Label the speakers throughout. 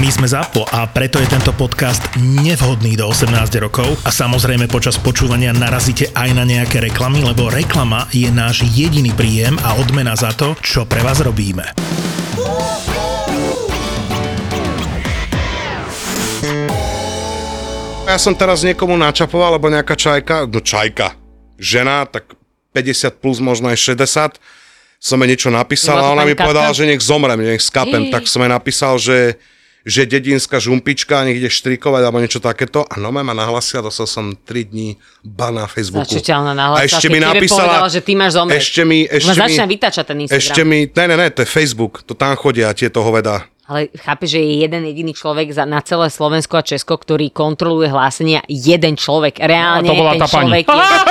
Speaker 1: My sme ZAPO a preto je tento podcast nevhodný do 18 rokov a samozrejme počas počúvania narazíte aj na nejaké reklamy, lebo reklama je náš jediný príjem a odmena za to, čo pre vás robíme.
Speaker 2: Ja som teraz niekomu načapoval, alebo nejaká čajka, no čajka, žena, tak 50 plus, možno aj 60, som jej niečo napísal
Speaker 3: Bola
Speaker 2: a
Speaker 3: to
Speaker 2: ona
Speaker 3: pani
Speaker 2: mi povedala,
Speaker 3: Katka?
Speaker 2: že nech zomrem, nech skapem,
Speaker 3: Ej.
Speaker 2: tak som jej napísal, že že dedinská žumpička, niekde štrikovať alebo niečo takéto. A no ma nahlasila, dostal som 3 dní ban na Facebooku.
Speaker 3: Čo ťa ona nahlasila,
Speaker 2: a
Speaker 3: keď
Speaker 2: ešte mi
Speaker 3: tebe
Speaker 2: napísala,
Speaker 3: povedala, že ty máš zomrieť. No,
Speaker 2: Ešte mi,
Speaker 3: Ona
Speaker 2: ešte mi,
Speaker 3: začne vytáčať ten Instagram.
Speaker 2: Ešte mi, ne, ne, ne, to je Facebook, to tam chodia tieto hoveda.
Speaker 3: Ale chápe, že je jeden jediný človek za, na celé Slovensko a Česko, ktorý kontroluje hlásenia. Jeden človek. Reálne
Speaker 4: A to bola
Speaker 3: ten
Speaker 4: tá pani.
Speaker 3: človek je...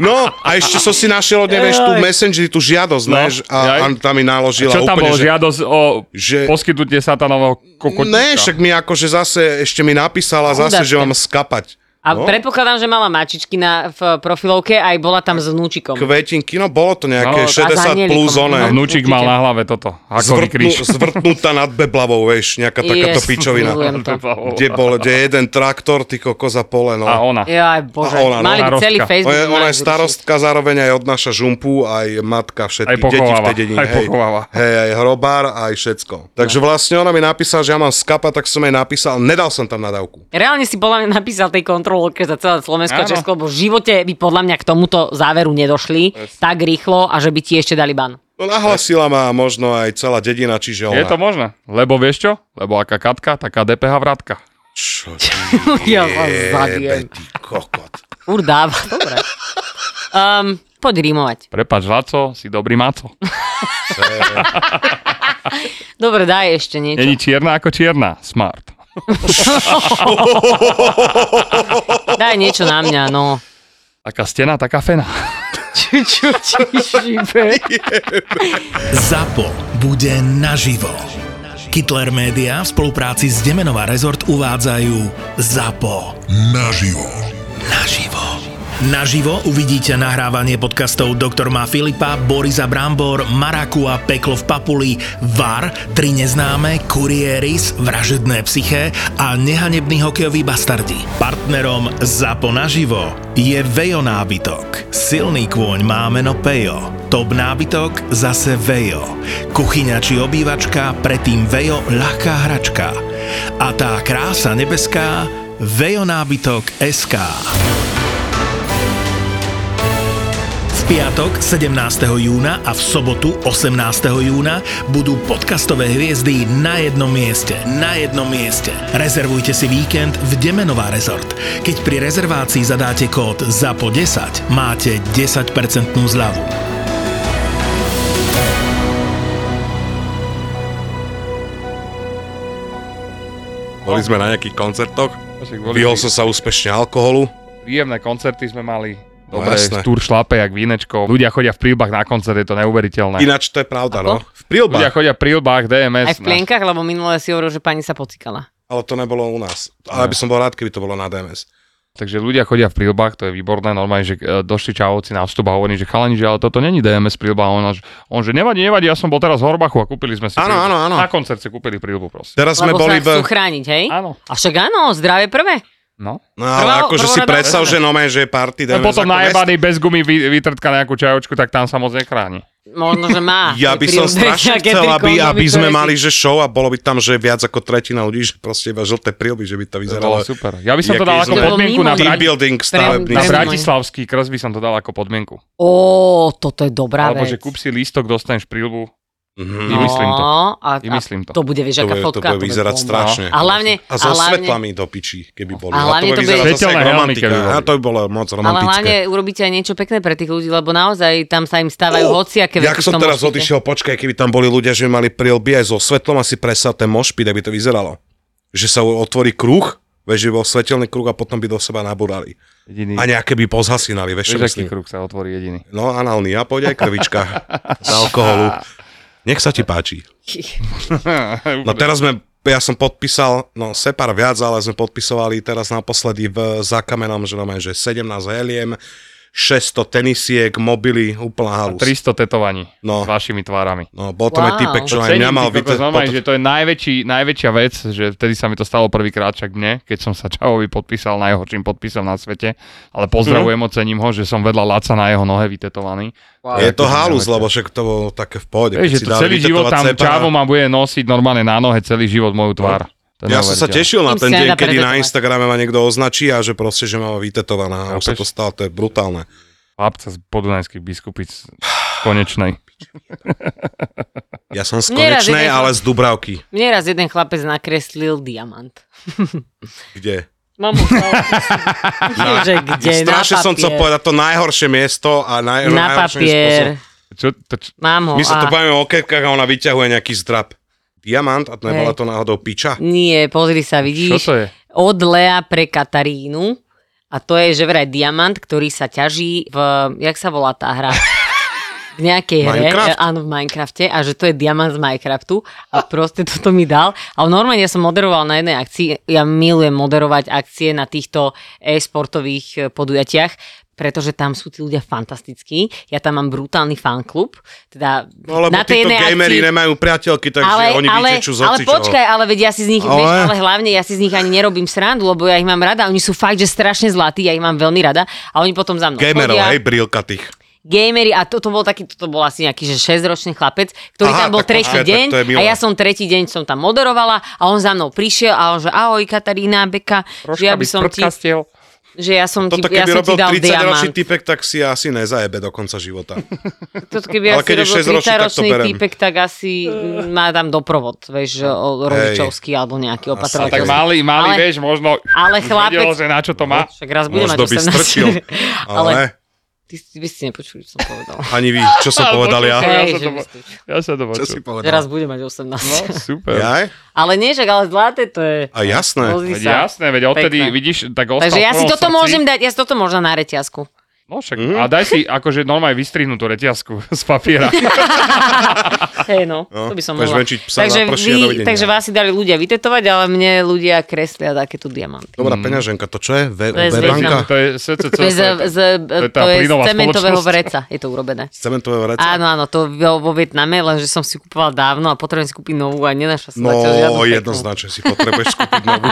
Speaker 2: No, a ešte som si našiel od nej, vieš, tú
Speaker 4: Jaj.
Speaker 2: Messengeri, tú žiadosť,
Speaker 4: No,
Speaker 2: vieš, a, a
Speaker 4: jaj.
Speaker 2: tam mi naložila
Speaker 4: Čo tam
Speaker 2: úplne,
Speaker 4: bolo?
Speaker 2: že...
Speaker 4: Žiadosť o
Speaker 2: že-
Speaker 4: poskytnutie satanového kokotička?
Speaker 2: Ne, však mi akože zase, ešte mi napísala zase, že
Speaker 3: Chudáčka.
Speaker 2: mám skapať.
Speaker 3: A
Speaker 2: No.
Speaker 3: predpokladám, že mala mačičky na, v profilovke aj bola tam s vnúčikom.
Speaker 2: Kvetinky, no bolo to nejaké
Speaker 4: No, a
Speaker 2: 60
Speaker 3: zanielikom.
Speaker 2: plus,
Speaker 4: A
Speaker 2: oné,
Speaker 3: No,
Speaker 4: vnúčik mal na hlave toto.
Speaker 2: zvrtnú,
Speaker 4: Hakový kríž.
Speaker 2: zvrtnutá nad beblavou, vieš, nejaká takáto
Speaker 3: Yes,
Speaker 2: pičovina.
Speaker 3: milujem to.
Speaker 2: Kde bol, kde jeden traktor, ty kokoza pole, no.
Speaker 4: A ona.
Speaker 3: Jaj, bože,
Speaker 2: A ona, no.
Speaker 3: mali by celý
Speaker 4: Starostka.
Speaker 3: Facebook.
Speaker 2: Ona, je- ona
Speaker 3: mali
Speaker 2: je
Speaker 3: zrušiť.
Speaker 2: starostka, zároveň aj odnáša žumpu, aj matka
Speaker 4: Aj
Speaker 2: všetkých detí v
Speaker 4: pochováva,
Speaker 2: tej dedine.
Speaker 4: aj No. pochováva.
Speaker 2: Hej, aj hrobár, aj všetko. Takže vlastne ona mi napísala, že ja mám skapa, tak som jej napísal, nedal som tam nadávku.
Speaker 3: Reálne si podľa mňa napísal tej kontrolórke za celé Slovensko a
Speaker 4: Áno.
Speaker 3: Česko, lebo v živote by podľa mňa k tomuto záveru nedošli tak rýchlo a že by ti ešte dali ban.
Speaker 2: No nahlasila ma možno aj celá dedina, čiže ona.
Speaker 4: Je to možné. Lebo vieš čo? Lebo aká katka, taká DPH vratka.
Speaker 2: Čo ty
Speaker 3: Ja vás zabijem.
Speaker 2: jebe, ty kokot.
Speaker 3: Urdáva, dobre. Um, poď rímovať.
Speaker 4: Prepač, Laco, si dobrý maco.
Speaker 3: Dobre, daj ešte niečo.
Speaker 4: Není čierna ako čierna. Smart.
Speaker 3: Daj niečo na mňa, no.
Speaker 4: Taká stena, taká fena.
Speaker 3: Čo, čo, čo, šibe.
Speaker 1: ZAPO bude naživo. Hitler Media v spolupráci s Demenová rezort uvádzajú ZAPO. Naživo. Naživo. Naživo uvidíte nahrávanie podcastov Doktor má Filipa, Borisa Brambor, Marakua, Peklo v Papuli, VAR, Tri neznáme, Kurieris, Vražedné psyché a Nehanebný hokejový bastardi. Partnerom ZAPO naživo je Vejo nábytok. Silný kôň má meno Pejo. Top nábytok zase Vejo. Kuchyňa či obývačka, predtým Vejo ľahká hračka. A tá krása nebeská Vejo nábytok SK. V piatok 17. júna a v sobotu 18. júna budú podcastové hviezdy na jednom mieste. Na jednom mieste. Rezervujte si víkend v Demenová rezort. Keď pri rezervácii zadáte kód ZAPO10, máte 10% zľavu.
Speaker 2: Boli sme na nejakých koncertoch,
Speaker 4: Však boli
Speaker 2: vyhol
Speaker 4: pri-
Speaker 2: som sa úspešne alkoholu.
Speaker 4: Príjemné koncerty sme mali. Dobre,
Speaker 2: jasné.
Speaker 4: túr šlape, jak vínečko. Ľudia chodia v prílbách na koncert, je to neuveriteľné.
Speaker 2: Ináč to je pravda, no. V prílbách.
Speaker 4: Ľudia chodia v prílbách, DMS.
Speaker 3: Aj v plienkach, lebo minule si hovoril, že pani sa pocikala.
Speaker 2: Ale to nebolo u nás. Ale by som bol rád, keby to bolo na DMS.
Speaker 4: Takže ľudia chodia v prílbách, to je výborné, normálne, že e, došli čavovci na vstup a hovorí, že chalani, že ale toto není DMS prílba, a on, až- on že nevadí, nevadí, ja som bol teraz v Horbachu a kúpili sme si
Speaker 2: Áno,
Speaker 4: prílbu.
Speaker 2: áno, áno.
Speaker 4: Na koncert si kúpili prílbu, proste.
Speaker 2: Teraz sme
Speaker 3: lebo
Speaker 2: boli...
Speaker 3: sa chcú
Speaker 2: v-
Speaker 3: chrániť, hej?
Speaker 4: Áno.
Speaker 3: A však áno, zdravie prvé.
Speaker 4: No.
Speaker 2: No ale
Speaker 3: Prvá-
Speaker 2: akože si
Speaker 3: prvorada-
Speaker 2: predstav, že no že je party.
Speaker 4: A
Speaker 2: dáme za
Speaker 4: potom
Speaker 2: konec.
Speaker 4: najebaný bez gumy vy, vytrtka nejakú čajočku, tak tam sa moc nechráni.
Speaker 3: Možno, že má.
Speaker 2: Ja by
Speaker 3: pri
Speaker 2: som
Speaker 3: obede
Speaker 2: strašne
Speaker 3: nejaké
Speaker 2: chcel,
Speaker 3: tri
Speaker 2: aby,
Speaker 3: kondomy,
Speaker 2: aby sme
Speaker 3: ktoré si-
Speaker 2: mali, že show a bolo by tam, že viac ako tretina ľudí, že proste iba žlté prílby, že by to
Speaker 4: To
Speaker 2: vyzeralo.
Speaker 4: bolo super. Ja by som
Speaker 2: Jaký
Speaker 4: to dal ako
Speaker 3: To
Speaker 2: zle-
Speaker 3: bolo
Speaker 4: podmienku na,
Speaker 3: mimo.
Speaker 4: Brati-
Speaker 2: Rebuilding stavebný.
Speaker 4: na
Speaker 3: Pre- pre-
Speaker 4: Bratislavský krs by som to dal ako podmienku.
Speaker 3: Ó, toto je dobrá
Speaker 4: Alebo
Speaker 3: vec.
Speaker 4: že kúp si lístok, dostaneš prílbu.
Speaker 2: Mhm.
Speaker 4: Vymyslím to.
Speaker 3: No, A, a
Speaker 4: Vymyslím to.
Speaker 3: to bude, vieš,
Speaker 2: To
Speaker 3: aká
Speaker 2: bude, to
Speaker 3: fotka.
Speaker 2: bude vyzerať
Speaker 3: bomba.
Speaker 2: strašne.
Speaker 3: A hlavne,
Speaker 2: A so
Speaker 3: a hlavne,
Speaker 2: svetlami do piči, keby boli.
Speaker 3: A hlavne to bude-
Speaker 2: vyzerať zase
Speaker 4: Svetelné
Speaker 2: jak
Speaker 4: helmy,
Speaker 2: romantika.
Speaker 4: keby boli.
Speaker 2: A to by bolo moc
Speaker 3: ale hlavne
Speaker 2: romantické.
Speaker 3: urobíte aj niečo pekné pre tých ľudí, lebo naozaj tam sa im stávajú
Speaker 2: Ó,
Speaker 3: hociaké
Speaker 2: Jak
Speaker 3: veci. v
Speaker 2: som
Speaker 3: tom
Speaker 2: teraz
Speaker 3: mošpite.
Speaker 2: odišiel, počkaj, keby tam boli ľudia, že by mali prílby aj so svetlom a si presal ten mošpit, aby to vyzeralo. Že sa otvorí kruh, vieš, že by bol svetelný kruh a potom by do seba nabúrali.
Speaker 4: Jediný.
Speaker 2: A nejaké by pozhasinali, vieš, čo
Speaker 4: Vieš,
Speaker 2: myslím.
Speaker 4: aký kruh sa otvorí jediný.
Speaker 2: No, análny a pôjde aj krvička z alkoholu. Nech sa ti páči. No teraz sme, ja som podpísal, no separ viac, ale sme podpisovali teraz naposledy v Zákamenom, že máme, že 17 heliem, 600 tenisiek, mobily, úplná halus.
Speaker 4: 300 tetovaní
Speaker 2: no.
Speaker 4: s vašimi tvárami.
Speaker 2: No, bol tam
Speaker 3: Wow.
Speaker 2: wow. aj typek, čo
Speaker 4: To
Speaker 2: aj
Speaker 4: cením,
Speaker 2: mňa mal
Speaker 4: ty kokos,
Speaker 2: vyte-
Speaker 4: normálne,
Speaker 2: potom-
Speaker 4: že to je najväčší, najväčšia vec, že vtedy sa mi to stalo prvýkrát, však mne, keď som sa Čavovi podpísal najhorším podpisom na svete, ale pozdravujem,
Speaker 2: Mhm.
Speaker 4: ocením ho, že som vedľa Laca na jeho nohe vytetovaný.
Speaker 3: Wow.
Speaker 2: Je to
Speaker 4: Akože
Speaker 2: halus,
Speaker 4: najväčšia.
Speaker 2: lebo však to bolo také v pohode.
Speaker 4: Vieš,
Speaker 2: keď
Speaker 4: že
Speaker 2: si
Speaker 4: to
Speaker 2: dali
Speaker 4: celý život
Speaker 2: vytetovať
Speaker 4: tam
Speaker 2: seba.
Speaker 4: Čavo ma bude nosiť normálne na nohe celý život moju tvár. To je
Speaker 2: Ja som sa
Speaker 4: neuveriteľné.
Speaker 2: tešil na
Speaker 3: Tým
Speaker 2: ten
Speaker 3: si
Speaker 2: deň,
Speaker 3: nedá
Speaker 2: kedy na
Speaker 3: pretetovať.
Speaker 2: Instagrame ma niekto označí a že proste, že mám vytetovaná. A už sa to
Speaker 4: Chápeš?
Speaker 2: stalo, to je brutálne.
Speaker 4: Chlapca z podunajských biskupic z konečnej.
Speaker 2: Ja som z
Speaker 3: Neraz
Speaker 2: konečnej,
Speaker 3: je to-
Speaker 2: ale z Dubravky.
Speaker 3: Mne raz jeden chlapec nakreslil diamant.
Speaker 2: Kde?
Speaker 3: Mám ho no. že kde? Na
Speaker 2: Strašne
Speaker 3: papier.
Speaker 2: som chcel povedať to najhoršie miesto a naj,
Speaker 3: Na
Speaker 2: najhorším
Speaker 3: papier.
Speaker 2: spôsobom.
Speaker 4: Čo, to, čo,
Speaker 3: Mám ho.
Speaker 2: My
Speaker 3: a...
Speaker 2: sa tu bavíme o kepkách a ona vyťahuje nejaký zdrab. Diamant? A nebola
Speaker 3: Hej.
Speaker 2: to náhodou piča?
Speaker 3: Nie, pozri sa,
Speaker 4: čo
Speaker 3: vidíš.
Speaker 4: to je?
Speaker 3: Od Lea pre Katarínu. A to je, že vraj diamant, ktorý sa ťaží v... Jak sa volá tá hra? V nejakej hre. e,
Speaker 2: Minecraft?
Speaker 3: Áno, v Minecrafte. A že to je diamant z Minecraftu. A proste toto mi dal. A normálne ja som moderoval na jednej akcii. Ja milujem moderovať akcie na týchto e-sportových e, podujatiach pretože tam sú tí ľudia fantastickí. Ja tam mám brutálny fanklub. Teda
Speaker 2: No lebo
Speaker 3: na tej
Speaker 2: títo
Speaker 3: jednej
Speaker 2: gamery
Speaker 3: akcii...
Speaker 2: nemajú priateľky, takže
Speaker 3: ale,
Speaker 2: oni
Speaker 3: ale,
Speaker 2: vytečú z
Speaker 3: ale
Speaker 2: hocičoho.
Speaker 3: počkaj, ale veď ja si z nich, ale... Vieš,
Speaker 2: Ale-
Speaker 3: ale hlavne ja si z nich ani nerobím srandu, lebo ja ich mám rada, oni sú fakt, že strašne zlatí, ja ich mám veľmi rada a oni potom za mnou
Speaker 2: Gamerov,
Speaker 3: chodia.
Speaker 2: hej, brilka tých.
Speaker 3: Gamery a toto bol taký, toto bol asi nejaký, že 6-ročný chlapec, ktorý tam
Speaker 2: Aha,
Speaker 3: bol
Speaker 2: tak
Speaker 3: tretí
Speaker 2: počkaj, tak
Speaker 3: deň
Speaker 2: to je milé.
Speaker 3: a ja som tretí deň som tam moderovala a on za mnou prišiel a on že ahoj Katarína, Beka, že ja by som ti,
Speaker 4: sprtkastiel.
Speaker 3: že ja som ti,
Speaker 2: Toto
Speaker 3: ja
Speaker 2: keby
Speaker 3: som ti
Speaker 2: robil
Speaker 3: dal
Speaker 2: 30 ročný
Speaker 3: diamant.
Speaker 2: typek, tak si asi nezajebe do konca života.
Speaker 3: Toto keby
Speaker 2: Ale
Speaker 3: asi
Speaker 2: keď je
Speaker 3: robil
Speaker 2: 6-ročný, tak to
Speaker 3: 30-ročný
Speaker 2: berem.
Speaker 3: týpek, tak asi mm, má tam doprovod, vieš, že o- rodičovský alebo nejaký opatrovateľ.
Speaker 4: Tak malý, malý,
Speaker 3: Ale-
Speaker 4: vieš, možno
Speaker 3: Ale chlapec-
Speaker 4: vedelo, že na čo to má.
Speaker 3: Však raz bude mať
Speaker 2: Možno by
Speaker 3: 18.
Speaker 2: strčil,
Speaker 3: ale
Speaker 2: ale
Speaker 3: ty, si- vy ste nepočuli, čo som povedal.
Speaker 2: ani vy, čo som povedal ja.
Speaker 4: Ja
Speaker 3: Hej,
Speaker 4: som
Speaker 3: že
Speaker 4: to-
Speaker 3: by ste-
Speaker 4: Ja sa to
Speaker 2: Čo si
Speaker 4: počul.
Speaker 3: že
Speaker 2: povedal?
Speaker 3: raz bude mať 18.
Speaker 4: No, super.
Speaker 2: Jaj?
Speaker 3: Ale nie, že ale zlaté to je.
Speaker 2: A jasné.
Speaker 3: Pozri
Speaker 4: Veď
Speaker 3: sa.
Speaker 4: jasné, veď odtedy,
Speaker 3: Pekné.
Speaker 4: vidíš, tak ostal
Speaker 3: Takže
Speaker 4: v
Speaker 3: ja si
Speaker 4: prvom
Speaker 3: toto
Speaker 4: srdci.
Speaker 3: môžem dať, ja si toto možno na reťazku.
Speaker 4: No však, a daj si akože normálne vystrihnú tú reťazku z papiera.
Speaker 3: Hej no,
Speaker 2: No,
Speaker 3: to by som
Speaker 2: budeš
Speaker 3: mohla.
Speaker 2: venčiť psa
Speaker 3: takže,
Speaker 2: na prší a dovidenia.
Speaker 3: takže vás si dali ľudia vytetovať, ale mne ľudia kreslia takéto diamanty.
Speaker 2: Dobrá peňaženka, to čo je? V,
Speaker 3: Mm. To je
Speaker 2: v
Speaker 3: z
Speaker 2: banka?
Speaker 3: Vietnamu.
Speaker 4: to je SCC.
Speaker 3: To je, z, z,
Speaker 4: to je
Speaker 3: to
Speaker 4: tá
Speaker 3: je z
Speaker 4: plynová
Speaker 3: cementového
Speaker 4: spoločnosť.
Speaker 3: vreca, je to urobené.
Speaker 2: Z cementového vreca?
Speaker 3: Áno, áno, to vo vo Vietname, lenže som si kupoval dávno a potrebujem si kúpiť novú a nenašla som
Speaker 2: No,
Speaker 3: zatiaľ žiadnu peknú.
Speaker 2: jednoznačne si potrebuješ kúpiť novú.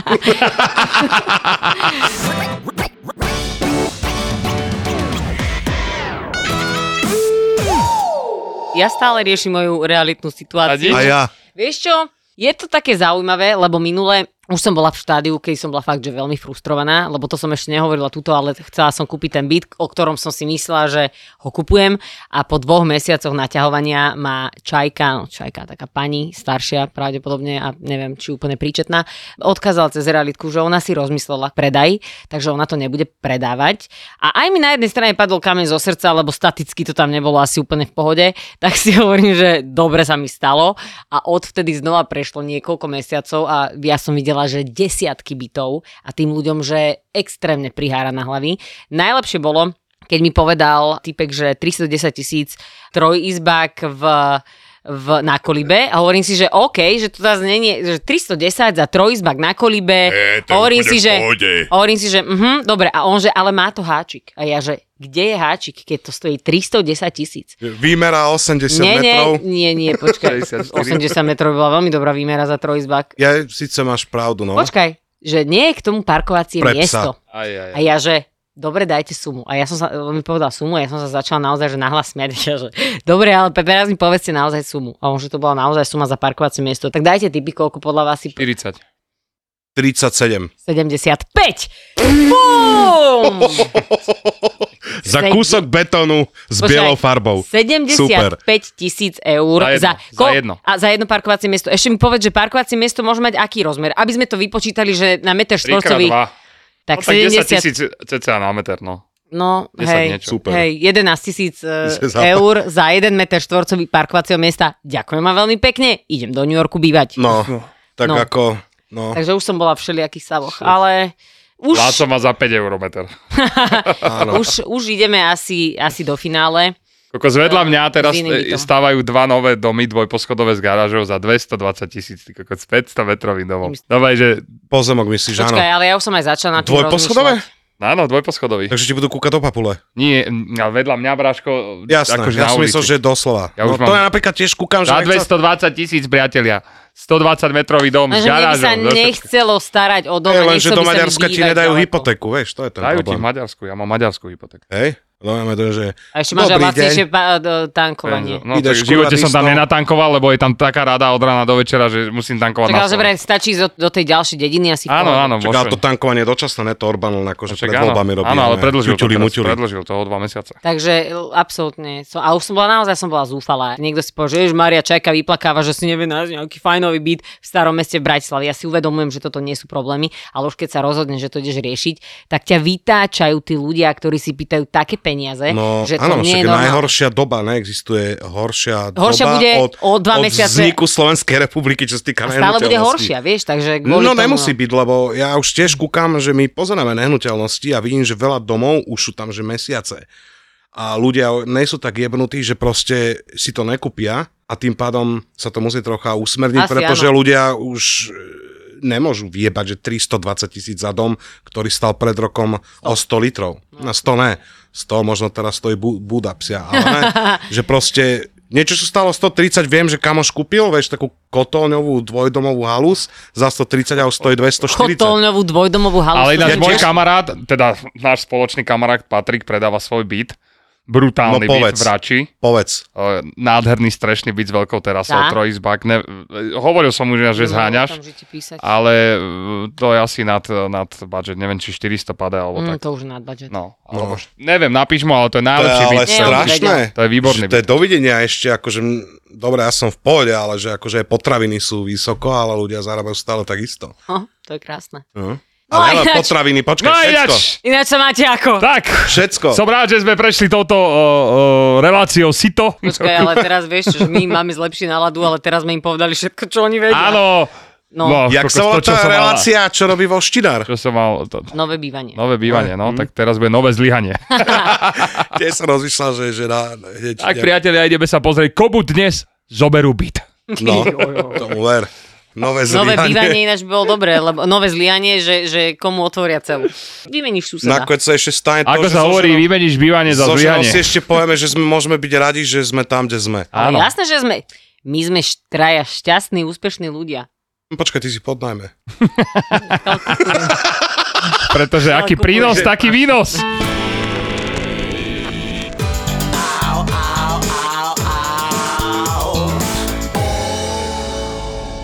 Speaker 3: Ja stále riešim moju realitnú situáciu.
Speaker 2: A ja.
Speaker 3: Vieš čo? Je to také zaujímavé, lebo minule už som bola v štádiu, keď som bola fakt, že veľmi frustrovaná, lebo to som ešte nehovorila tuto, ale chcela som kúpiť ten byt, o ktorom som si myslela, že ho kupujem a po dvoch mesiacoch naťahovania ma čajka, no čajka, taká pani, staršia pravdepodobne a neviem, či úplne príčetná, odkázala cez realitku, že ona si rozmyslela predaj, takže ona to nebude predávať. A aj mi na jednej strane padol kameň zo srdca, lebo staticky to tam nebolo asi úplne v pohode, tak si hovorím, že E, dobre sa mi stalo a odvtedy znova prešlo niekoľko mesiacov a ja som videla, že desiatky bytov a tým ľuďom, že extrémne prihára na hlavy. Najlepšie bolo, keď mi povedal typek, že 310 tisíc trojizbák v v, na kolibe a hovorím si, že OK, že to zase není, že 310 za trojizbak na kolibe.
Speaker 2: E, to je
Speaker 3: hovorím
Speaker 2: úplne
Speaker 3: si,
Speaker 2: v
Speaker 3: že,
Speaker 2: pohode.
Speaker 3: hovorím si, že mhm, dobre, a on, že ale má to háčik. A ja, že kde je háčik, keď to stojí 310 tisíc?
Speaker 2: Výmera 80
Speaker 3: Nie, nie,
Speaker 2: metrov.
Speaker 3: nie, nie, počkaj. 80 metrov bola veľmi dobrá výmera za trojizbak.
Speaker 2: Ja, síce máš pravdu, no.
Speaker 3: Počkaj, že nie je k tomu parkovacie
Speaker 2: Pre psa.
Speaker 3: miesto.
Speaker 4: Aj, aj,
Speaker 3: A ja, že dobre, dajte sumu. A ja som sa, on mi povedal sumu a ja som sa začala naozaj, že nahlas smiať. Ja, že dobre, ale pe- teraz mi povedzte naozaj sumu. A on, že to bola naozaj suma za parkovacie miesto. Tak dajte typy, koľko podľa vás si
Speaker 4: 40.
Speaker 2: 37.
Speaker 3: 75. Bum!
Speaker 2: Za
Speaker 3: Sedem-
Speaker 2: kúsok betónu s
Speaker 3: Počkaj,
Speaker 2: bielou farbou. Super.
Speaker 3: 75 tisíc eur
Speaker 4: Za jedno, za jedno.
Speaker 3: A za jedno parkovacie miesto. Ešte mi povedz, že parkovacie miesto môže mať aký rozmer? Aby sme to vypočítali, že na meter
Speaker 4: 3 x
Speaker 3: štvorcový.
Speaker 4: 2.
Speaker 3: Tak
Speaker 4: No, tak 10
Speaker 3: 70,
Speaker 4: tisíc cca na meter, no.
Speaker 3: no
Speaker 4: 10
Speaker 3: hej,
Speaker 4: niečo.
Speaker 2: Super.
Speaker 3: hej, 11 tisíc eh,
Speaker 2: Za-
Speaker 3: eur za 1 meter štvorcový parkovacieho miesta. Ďakujem vám veľmi pekne, idem do New Yorku bývať.
Speaker 2: No, tak
Speaker 3: No.
Speaker 2: ako... No,
Speaker 3: Takže už som bola v všelijakých savoch, ale už,
Speaker 4: Láco má za 5 eur meter.
Speaker 2: áno.
Speaker 3: už, už ideme asi, asi do finále.
Speaker 4: Koko zvedla mňa teraz
Speaker 3: S iným bytom.
Speaker 4: e, stávajú dva nové domy dvojposchodové z garážov za 220 tisíc, ty kokos, 500 metrovým domom. Dobre, že
Speaker 2: Pozemok myslíš, áno.
Speaker 3: Počkaj, ale ja už som aj začala na tým
Speaker 2: Dvojposchodové?
Speaker 3: rozmýšľať.
Speaker 4: Áno, dvojposchodový.
Speaker 2: Takže ti budú kúkať do papule.
Speaker 4: Nie, m, a vedľa mňa, Bráško,
Speaker 2: Jasné,
Speaker 4: akože
Speaker 2: ja
Speaker 4: na
Speaker 2: som myslel,
Speaker 4: ulici.
Speaker 2: že doslova.
Speaker 4: Ja
Speaker 2: no,
Speaker 4: už
Speaker 2: to
Speaker 4: mám-
Speaker 2: ja napríklad tiež kúkam, že...
Speaker 4: Za
Speaker 2: nechcem-
Speaker 4: 220 tisíc, priatelia. 120 metrový dom
Speaker 3: Lenže Akože mne by
Speaker 4: s
Speaker 3: sa
Speaker 4: garážom. so všetkým.
Speaker 3: nechcelo starať o dom.
Speaker 2: Hej,
Speaker 3: a
Speaker 2: lenže
Speaker 3: nechcel No, by sa mi
Speaker 2: do
Speaker 3: no,
Speaker 2: Maďarska ti
Speaker 3: bývať
Speaker 2: nedajú
Speaker 3: ďaleko.
Speaker 2: hypotéku, vieš, to je ten
Speaker 4: Dajú ti v
Speaker 2: problém.
Speaker 4: Maďarsku, ja mám maďarskú hypotéku.
Speaker 2: Hej, no máme to, že...
Speaker 3: A ešte máš aj
Speaker 2: Dobrý
Speaker 3: lacnejšie
Speaker 2: deň.
Speaker 3: pa- do- tankovanie.
Speaker 4: No, tak
Speaker 2: Ideš
Speaker 4: v živote som tam
Speaker 2: kurva
Speaker 4: nenatankoval, lebo je tam taká rada od rána do večera, že musím tankovať
Speaker 3: Tak
Speaker 4: na
Speaker 3: ale že
Speaker 4: slovo.
Speaker 3: vraj stačí ísť do, do tej ďalšej dediny asi.
Speaker 4: Áno, áno,
Speaker 2: Čak, ale to tankovanie je dočasné, ne to Orbán len akože
Speaker 4: Však
Speaker 2: pred
Speaker 4: No áno,
Speaker 2: voľbami robí.
Speaker 4: Áno, ale
Speaker 2: ne,
Speaker 4: predlžil to,
Speaker 2: ťuťuli,
Speaker 4: teraz,
Speaker 2: muťuli.
Speaker 4: predlžil to o dva mesiace.
Speaker 3: Takže l- absolútne. Som, a už som bola naozaj som bola zúfalá. Niekto si povedal, že ježiš, Maria Čajka vyplakáva, že si nevie nájsť nejaký fajnový byt v starom meste v Bratislave. Ja si uvedomujem, že toto nie sú problémy, ale už keď sa rozhodne, že to ideš riešiť, tak ťa vytáčajú tí ľudia, ktorí si pýtajú také peniaze,
Speaker 2: No,
Speaker 3: že to
Speaker 2: áno,
Speaker 3: nie
Speaker 2: však
Speaker 3: je normálne.
Speaker 2: najhoršia doba, neexistuje horšia,
Speaker 3: Horšia
Speaker 2: doba
Speaker 3: bude
Speaker 2: od,
Speaker 3: o dva
Speaker 2: od
Speaker 3: mesiace.
Speaker 2: vzniku Slovenskej republiky, čo sa
Speaker 3: A
Speaker 2: týka
Speaker 3: stále bude
Speaker 2: nehnuteľností.
Speaker 3: horšia, vieš, takže... kvôli
Speaker 2: No
Speaker 3: tomu,
Speaker 2: nemusí byť, lebo ja už tiež kúkam, že my pozeráme nehnuteľnosti a vidím, že veľa domov už sú tam, že mesiace. A ľudia nie sú tak jebnutí, že proste si to nekúpia a tým pádom sa to musí trocha usmerniť,
Speaker 3: Asi
Speaker 2: pretože
Speaker 3: áno.
Speaker 2: ľudia už e, nemôžu vyjebať, že 320 tisíc za dom, ktorý stal pred rokom o 100 litrov. Na 100 ne. 100 možno teraz stojí bu- Buda psia. Ale ne, že proste niečo, čo stalo 130, viem, že kamoš kúpil, vieš, takú kotolňovú dvojdomovú halus za 130 a už stojí 240.
Speaker 3: Kotolňovú dvojdomovú halu.
Speaker 4: Ale ináč
Speaker 2: Ja
Speaker 4: môj
Speaker 2: tiež-
Speaker 4: kamarát, teda náš spoločný kamarát Patrik predáva svoj byt.
Speaker 2: No,
Speaker 4: Brutálny byt
Speaker 2: povedz.
Speaker 4: v Rači.
Speaker 2: Povedz.
Speaker 4: E, Nádherný strešný byt s veľkou terasou,
Speaker 3: Tá.
Speaker 4: trojizbak. Ne, e, hovoril som už,
Speaker 3: No,
Speaker 4: že zháňaš, ale e, to je asi nad, nad budget. Neviem, či 400 padá, alebo
Speaker 3: Mm, to
Speaker 4: tak.
Speaker 3: už je nad budget.
Speaker 4: No, alebo, š- neviem, napíš mu, ale
Speaker 2: To je
Speaker 4: to je najlepší
Speaker 2: ale
Speaker 4: byt. No
Speaker 3: Nie, on
Speaker 2: strašné.
Speaker 3: vedel.
Speaker 4: To je výborný
Speaker 2: Že To je dovidenia ešte, akože, m, dobre, ja som v pohode, ale že akože aj potraviny sú vysoko, ale ľudia zarábajú stále takisto.
Speaker 3: Oh, to je krásne.
Speaker 2: No.
Speaker 3: No a
Speaker 2: Ale, ale
Speaker 3: ináč-
Speaker 2: potraviny, počkaj,
Speaker 4: No
Speaker 2: všetko.
Speaker 4: ináč,
Speaker 3: Ináč sa máte ako?
Speaker 4: tak.
Speaker 2: Všetko.
Speaker 4: Som rád, že sme prešli touto o, o, reláciou sito.
Speaker 3: Počkaj, ale teraz vieš, že my máme zlepší náladu, ale teraz sme im povedali všetko, čo oni vedia.
Speaker 4: Áno.
Speaker 3: No,
Speaker 2: Jak
Speaker 4: kokos,
Speaker 2: sa volá
Speaker 4: to, čo
Speaker 2: tá
Speaker 4: som mal-
Speaker 2: relácia, čo robí vo Štinár?
Speaker 4: Čo som mal, to,
Speaker 3: nové bývanie.
Speaker 4: nové bývanie, no,
Speaker 2: Mm.
Speaker 4: tak teraz bude nové zlyhanie.
Speaker 2: Kde sa rozmýšľa, že, že na, hneď,
Speaker 4: tak priatelia, ideme sa pozrieť, komu dnes zoberú byt.
Speaker 2: no, tomu ver. Nové
Speaker 3: Nové
Speaker 2: zlyhanie.
Speaker 3: bývanie ináč by bolo dobré, lebo nové zlianie, že, že komu otvoria celú. Vymeníš suseda.
Speaker 2: Nakoniec sa ešte stane to,
Speaker 4: Ako
Speaker 2: že
Speaker 4: sa
Speaker 2: so
Speaker 4: hovorí,
Speaker 2: ženou-
Speaker 4: vymeníš bývanie za
Speaker 2: so ženou si
Speaker 4: zlyhanie.
Speaker 2: ešte povieme, že sme, môžeme byť radi, že sme tam, kde sme.
Speaker 3: Ale
Speaker 4: Áno,
Speaker 3: jasné, že sme... My sme š- traja šťastní, úspešní ľudia.
Speaker 2: Počkaj, ty si podnajme.
Speaker 4: pretože aký
Speaker 3: kupuj,
Speaker 4: prínos,
Speaker 3: že-
Speaker 4: taký výnos.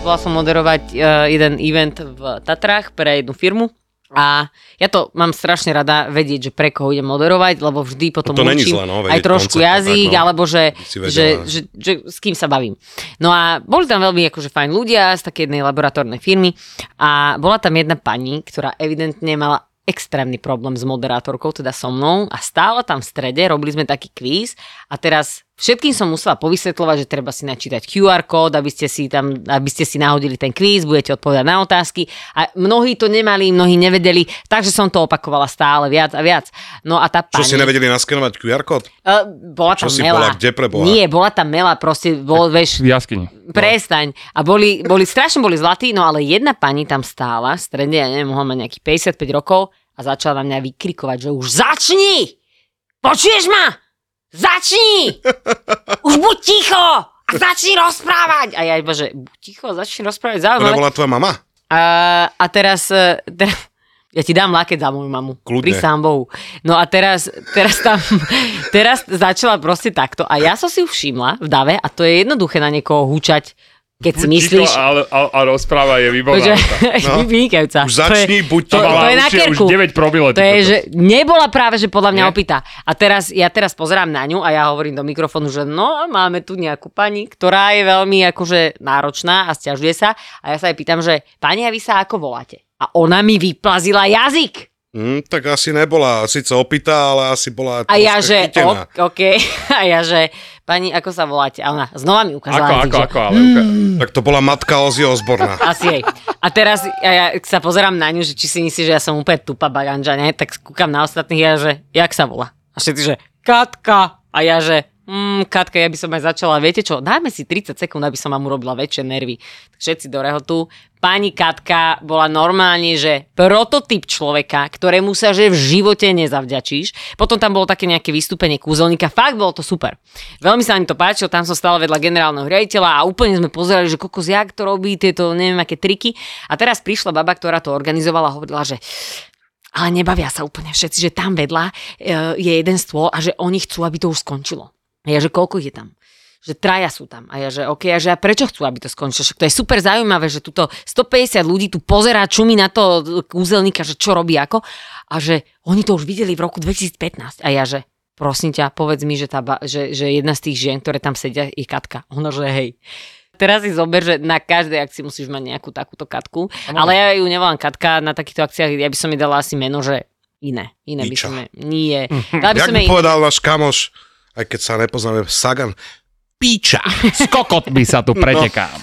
Speaker 3: Bola som moderovať uh, jeden event v Tatrách pre jednu firmu a ja to mám strašne rada vedieť, že pre koho idem moderovať, lebo vždy potom
Speaker 2: To není
Speaker 3: učím
Speaker 2: zlé,
Speaker 3: aj
Speaker 2: no, vedieť
Speaker 3: trošku
Speaker 2: koncept a tak,
Speaker 3: jazyk,
Speaker 2: no.
Speaker 3: alebo že,
Speaker 2: Aby si
Speaker 3: že,
Speaker 2: vedela.
Speaker 3: že, že s kým sa bavím. No a boli tam veľmi akože fajn ľudia z takej jednej laboratórnej firmy a bola tam jedna pani, ktorá evidentne mala extrémny problém s moderátorkou, teda so mnou a stála tam v strede, robili sme taký kvíz a teraz všetkým som musela povysvetľovať, že treba si načítať QR kód, aby ste si tam, aby ste si nahodili ten kvíz, budete odpovedať na otázky a mnohí to nemali, mnohí nevedeli, takže som to opakovala stále viac a viac. No a tá
Speaker 2: Čo
Speaker 3: pani...
Speaker 2: si nevedeli naskenovať QR kód?
Speaker 3: Uh, bola
Speaker 2: Čo
Speaker 3: tam
Speaker 2: si bola,
Speaker 3: mela.
Speaker 2: kde preboha?
Speaker 3: Nie, bola tam mela, proste, bol, vieš,
Speaker 4: V jaskyni.
Speaker 2: No.
Speaker 3: prestaň. A boli, boli strašne boli zlatí, no ale jedna pani tam stála, stredne, ja neviem, mohla mať nejakých 55 rokov a začala na mňa vykrikovať, že už začni! Počuješ ma? Začni! Už buď ticho! A začni rozprávať! A ja iba, že buď ticho, začni rozprávať,
Speaker 2: To
Speaker 3: zaujímavé.
Speaker 2: nebola tvoja mama?
Speaker 3: A, a teraz, e, teraz... Ja ti dám lakeť za moju mamu.
Speaker 2: Kľudne.
Speaker 3: Prisám Bohu. No a teraz, teraz tam, teraz začala proste takto. A ja som si ju všimla v dave, a to je jednoduché na niekoho húčať, keď si myslíš...
Speaker 4: Ticho A, a, a rozpráva je
Speaker 3: Že,
Speaker 4: výborná.
Speaker 2: No.
Speaker 3: vynikajúca.
Speaker 2: Už
Speaker 3: To je-
Speaker 2: začni, buď
Speaker 3: to,
Speaker 4: Tá
Speaker 2: ticho.
Speaker 3: to
Speaker 4: mala
Speaker 3: je na
Speaker 4: určite už
Speaker 3: kerku.
Speaker 4: 9 probile,
Speaker 3: To
Speaker 4: ty
Speaker 3: je,
Speaker 4: kokos.
Speaker 3: že nebola práve, že podľa mňa
Speaker 4: Nie?
Speaker 3: opýta. A teraz, ja teraz pozerám na ňu a ja hovorím do mikrofónu, že no, máme tu nejakú pani, ktorá je veľmi akože náročná a stiažuje sa. A ja sa jej pýtam, že pani, a vy sa ako voláte? A ona mi vyplazila jazyk.
Speaker 2: Hm, tak asi nebola, síce opitá, ale asi bola
Speaker 3: A ja,
Speaker 2: troška
Speaker 3: že
Speaker 2: chytená.
Speaker 3: ok, ok. A ja, že pani, ako sa voláte? A ona znova mi ukázala
Speaker 4: Ako,
Speaker 3: jazyk, že Mm.
Speaker 4: ako, ako, ale uka-
Speaker 2: Tak to bola matka Ozzy Osborna.
Speaker 3: Asi jej. A teraz a ja sa pozerám na ňu, že či si myslí, že ja som úplne tupa baranža, ne? Tak skúkam na ostatných a ja, že jak sa volá. A všetci, že Katka. A ja, že Mm, Katka, ja by som aj začala, viete čo, dáme si 30 sekúnd, aby som vám urobila väčšie nervy. Všetci do rehotu. Pani Katka bola normálne, že prototyp človeka, ktorému sa že v živote nezavďačíš. Potom tam bolo také nejaké vystúpenie kúzelníka, fakt bolo to super. Veľmi sa mi to páčilo, tam som stála vedľa generálneho riaditeľa a úplne sme pozerali, že kokos jak to robí, tieto neviem aké triky. A teraz prišla baba, ktorá to organizovala a hovorila, že ale nebavia sa úplne všetci, že tam vedľa e, je jeden stôl a že oni chcú, aby to už skončilo. A ja, že koľko ich je tam? Že traja sú tam. A ja, že OK, a že a prečo chcú, aby to skončilo? Však to je super zaujímavé, že tuto 150 ľudí tu pozerá, čumí na to kúzelníka, že čo robí ako. A že oni to už videli v roku 2015. A ja, že prosím ťa, povedz mi, že, tá ba- že, že jedna z tých žien, ktoré tam sedia, je Katka. Ona, že hej. Teraz si zober, že na každej akcii musíš mať nejakú takúto Katku. Ale ja ju nevolám Katka na takýchto akciách, ja by som jej dala asi meno, že iné. Iné by
Speaker 2: Iča. Hm,
Speaker 3: som jej... Nie. Dala by
Speaker 2: Jak
Speaker 3: som
Speaker 2: by
Speaker 3: jej
Speaker 2: povedal náš kamoš, aj keď sa nepoznáme, Sagan, píča.
Speaker 4: Skokot by sa tu pretekám.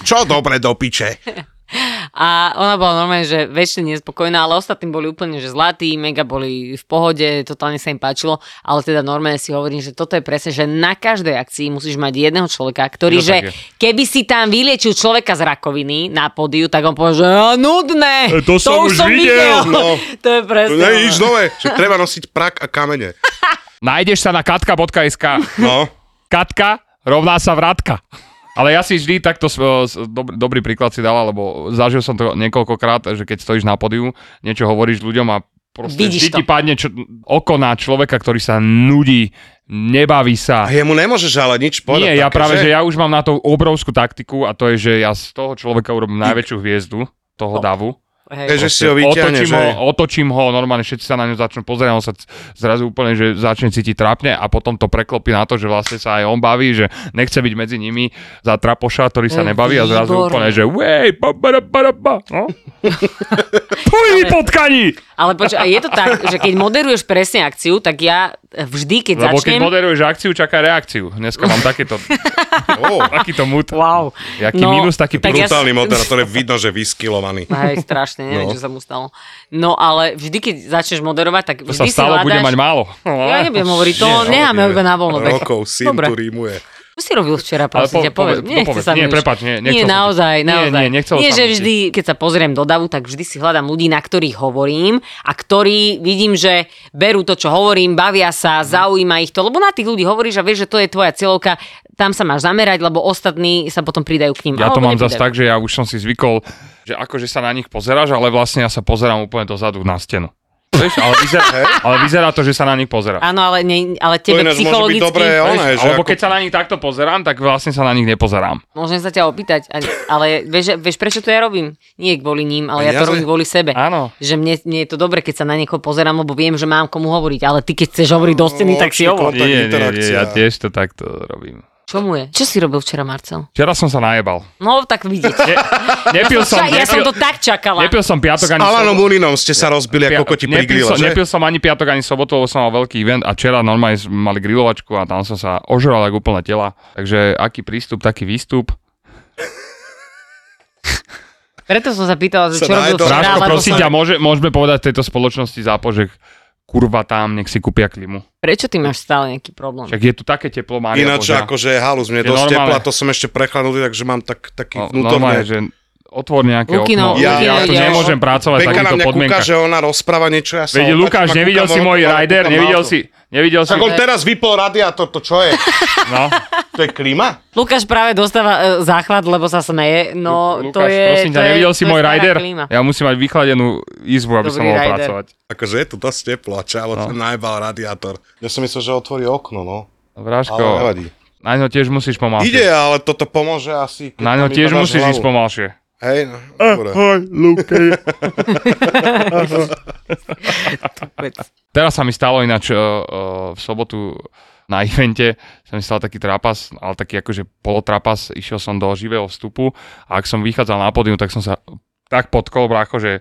Speaker 2: No, čo dobre do piče.
Speaker 3: A ona bola normálne, že väčšine nespokojná, ale ostatní boli úplne, že zlatí, mega boli v pohode, totálne sa im páčilo, ale teda normálne si hovorím, že toto je presne, že na každej akcii musíš mať jedného človeka, ktorý,
Speaker 4: No,
Speaker 3: že
Speaker 4: tak je.
Speaker 3: keby si tam vyliečil človeka z rakoviny na pódiu, tak on povie, že "A, nudné,
Speaker 4: E, to som už videl,
Speaker 2: no.
Speaker 3: to je
Speaker 2: To
Speaker 3: presne.
Speaker 2: nie je
Speaker 3: ono.
Speaker 2: nič
Speaker 4: no.
Speaker 2: nové, že treba nosiť prak a kamene.
Speaker 4: Nájdeš sa na katka.sk.
Speaker 2: No,
Speaker 4: Katka rovná sa vrátka. Ale ja si vždy takto s- s- dob- dobrý príklad si dala, lebo zažil som to niekoľkokrát, že keď stojíš na podiu, niečo hovoríš ľuďom a proste
Speaker 3: Vidíš
Speaker 4: vždy
Speaker 3: to.
Speaker 4: ti padne čo, oko na človeka, ktorý sa nudí, nebaví sa.
Speaker 2: a jemu nemôžeš ale nič povedať.
Speaker 4: Nie, ja
Speaker 2: také,
Speaker 4: práve, že? ja už mám na to obrovskú taktiku a to je, že ja z toho človeka urobím najväčšiu hviezdu toho davu.
Speaker 3: Hej.
Speaker 2: Takže si ho vyťahneš,
Speaker 4: otočím, ho,
Speaker 2: No. že...
Speaker 4: otočím ho, normálne všetci sa na ňu začnú pozerať, on sa c- zrazu úplne, že začne cítiť trápne a potom to preklopí na to, že vlastne sa aj on baví, že nechce byť medzi nimi za trapoša, ktorý
Speaker 3: To
Speaker 4: sa
Speaker 3: je
Speaker 4: nebaví a zrazu
Speaker 3: výborné.
Speaker 4: úplne, že uej, ba, ba, ba, ba, ba, no? Puj, potkani!
Speaker 3: Ale počkaj, a je to tak, že keď moderuješ presne akciu, tak ja vždy, keď
Speaker 4: Lebo keď
Speaker 3: začnem...
Speaker 4: moderuješ akciu, čaká reakciu. Dneska mám takýto,
Speaker 2: Ó,
Speaker 4: takýto mut.
Speaker 3: Wow. No,
Speaker 4: Jaký minus, taký
Speaker 3: tak ja s-
Speaker 2: brutálny moderátor je vidno, že vyskilovaný.
Speaker 3: Hej, strašne, neviem,
Speaker 2: No.
Speaker 3: čo sa mu stalo. No ale vždy, keď začneš moderovať, tak
Speaker 4: To
Speaker 3: vždy
Speaker 4: sa stalo,
Speaker 3: si
Speaker 4: bude
Speaker 3: hľadáš...
Speaker 4: mať málo.
Speaker 3: Ja nebudem hovoriť, to
Speaker 2: Nie,
Speaker 3: necháme
Speaker 2: robíme.
Speaker 3: iba na voľnobeh.
Speaker 2: Rokov syn
Speaker 3: Dobre.
Speaker 2: tu rímuje.
Speaker 3: Čo si robil včera, prosím
Speaker 4: po-
Speaker 3: ťa, povedz.
Speaker 4: povedz,
Speaker 3: Nechce
Speaker 4: dopovedz.
Speaker 3: sa mi
Speaker 4: Nie,
Speaker 3: už.
Speaker 4: prepáč, nie,
Speaker 3: Nie,
Speaker 4: nechcel som
Speaker 3: naozaj,
Speaker 4: ti- Nie,
Speaker 3: naozaj.
Speaker 4: nie, nechcel
Speaker 3: nie
Speaker 4: som
Speaker 3: že
Speaker 4: ti-
Speaker 3: vždy, keď sa pozriem do davu, tak vždy si hľadám ľudí, na ktorých hovorím a ktorí vidím, že berú to, čo hovorím, bavia sa, zaujíma ich to, lebo na tých ľudí hovoríš a vieš, že to je tvoja cieľovka, tam sa máš zamerať, lebo ostatní sa potom pridajú k ním.
Speaker 4: Ja to
Speaker 3: Alebo
Speaker 4: mám zase
Speaker 3: nepridajú.
Speaker 4: tak, že ja už som si zvykol, že akože sa na nich pozeráš, ale vlastne ja sa pozerám úplne dozadu na stenu. Vieš, ale, vyzerá, ale vyzerá to, že sa na nich pozerá.
Speaker 3: Áno, ale, nie, ale
Speaker 2: To
Speaker 3: tebe
Speaker 2: ináč môže byť
Speaker 3: psychologicky...
Speaker 2: dobré, ono je, že
Speaker 4: Alebo
Speaker 2: ako- No
Speaker 4: keď sa na nich takto pozerám, tak vlastne sa na nich nepozerám.
Speaker 3: Môžem sa ťa opýtať, a- ale vieš, vieš, prečo to ja robím? Nie kvôli ním, ale ja to
Speaker 2: Peniaze?
Speaker 3: robím kvôli sebe.
Speaker 4: Áno.
Speaker 3: Že mne, mne je to dobre, keď sa na niekoho pozerám, lebo viem, že mám komu hovoriť, ale ty keď chceš hovoriť do steny, tak si
Speaker 2: Očný
Speaker 3: hovor.
Speaker 2: kontakt, interakcia.
Speaker 4: ja tiež to takto robím.
Speaker 3: Čomu je? Čo si robil včera, Marcel?
Speaker 4: Včera som sa najebal.
Speaker 3: No, tak vidíte.
Speaker 4: Ne, nepil som,
Speaker 3: Ča, ja som
Speaker 4: nepil,
Speaker 3: to tak čakala.
Speaker 4: nepil som piatok
Speaker 2: S
Speaker 4: ani
Speaker 2: Alanom Uninom ste sa rozbili
Speaker 4: Pia-
Speaker 2: ako koti pri
Speaker 4: nepil,
Speaker 2: grille,
Speaker 4: som,
Speaker 2: že?
Speaker 4: nepil som ani piatok, ani sobotu, lebo som mal veľký event a včera normálne sme mali grilovačku a tam som sa ožral ako úplne tela. Takže aký prístup, taký výstup.
Speaker 3: Preto som sa pýtala, že
Speaker 2: Sa
Speaker 3: čo robil
Speaker 2: najedol.
Speaker 3: včera,
Speaker 4: Ráško,
Speaker 3: lebo
Speaker 4: prosím
Speaker 3: som...
Speaker 4: ťa, môže, môžeme povedať tejto spoločnosti zápo, že kurva tam, nech si kúpia klimu.
Speaker 3: Prečo ty máš stále nejaký problém?
Speaker 4: Však je tu také teplo, Mária
Speaker 2: Ináč
Speaker 4: Božia.
Speaker 2: akože halus, mne
Speaker 4: Je
Speaker 2: dosť
Speaker 4: normálne.
Speaker 2: tepla, to som ešte prechladnutý, takže mám tak, taký
Speaker 4: No, normálne,
Speaker 2: vnútorné...
Speaker 4: že otvor nejaké
Speaker 3: Lukino,
Speaker 4: okno. Ja,
Speaker 2: Lukino,
Speaker 4: ja tu
Speaker 2: ja-
Speaker 4: nemôžem pracovať v
Speaker 2: Pekka na
Speaker 4: takýchto
Speaker 2: mňa kúka,
Speaker 4: podmienkach.
Speaker 2: že ona rozpráva niečo, ja sa...
Speaker 4: Veď
Speaker 2: otáčam
Speaker 4: Lukáš,
Speaker 2: a
Speaker 4: nevidel
Speaker 2: kúkam
Speaker 4: si
Speaker 2: von,
Speaker 4: môj
Speaker 2: kúkam na
Speaker 4: rider,
Speaker 2: auto.
Speaker 4: nevidel si, nevidel si,
Speaker 2: Tak on teraz vypol radiátor, to čo je?
Speaker 4: no.
Speaker 2: To je klima?
Speaker 3: Lukáš práve dostáva e, záchvat, lebo sa smeje. No,
Speaker 4: Lukáš,
Speaker 3: to je...
Speaker 4: prosím ťa,
Speaker 3: to je-
Speaker 4: nevidel si
Speaker 3: to je
Speaker 4: môj
Speaker 3: stará
Speaker 4: rider?
Speaker 3: klíma.
Speaker 4: Ja musím mať vychladenú izbu, aby som
Speaker 3: Dobrý
Speaker 4: mohol
Speaker 3: rider.
Speaker 4: pracovať.
Speaker 2: Akože je tu dosť teplo a čalo no. tam najbal radiátor. Ja som myslel, že otvorí okno, no. Ale
Speaker 4: Vráško,
Speaker 2: nevadí.
Speaker 4: na ňo tiež musíš pomalšie.
Speaker 2: Ide, ale toto pomôže asi. keď
Speaker 4: Na ňo
Speaker 2: tam
Speaker 4: tiež
Speaker 2: iba dáš
Speaker 4: musíš
Speaker 2: hlavu.
Speaker 4: ísť pomalšie.
Speaker 2: Hej, no, dobre.
Speaker 4: Teraz sa mi stalo ináč uh, uh, v sobotu na evente, sa mi stal taký trapas, ale taký akože polotrapas, išiel som do živého vstupu a ak som vychádzal na pódium, tak som sa tak potkol, brácho, že